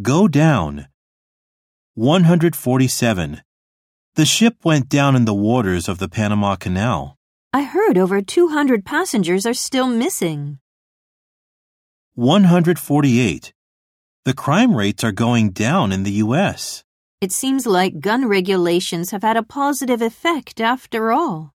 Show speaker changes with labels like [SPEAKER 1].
[SPEAKER 1] Go down. 147. The ship went down in the waters of the Panama Canal.
[SPEAKER 2] I heard over 200 passengers are still missing.
[SPEAKER 1] 148. The crime rates are going down in the U.S.
[SPEAKER 2] It seems like gun regulations have had a positive effect after all.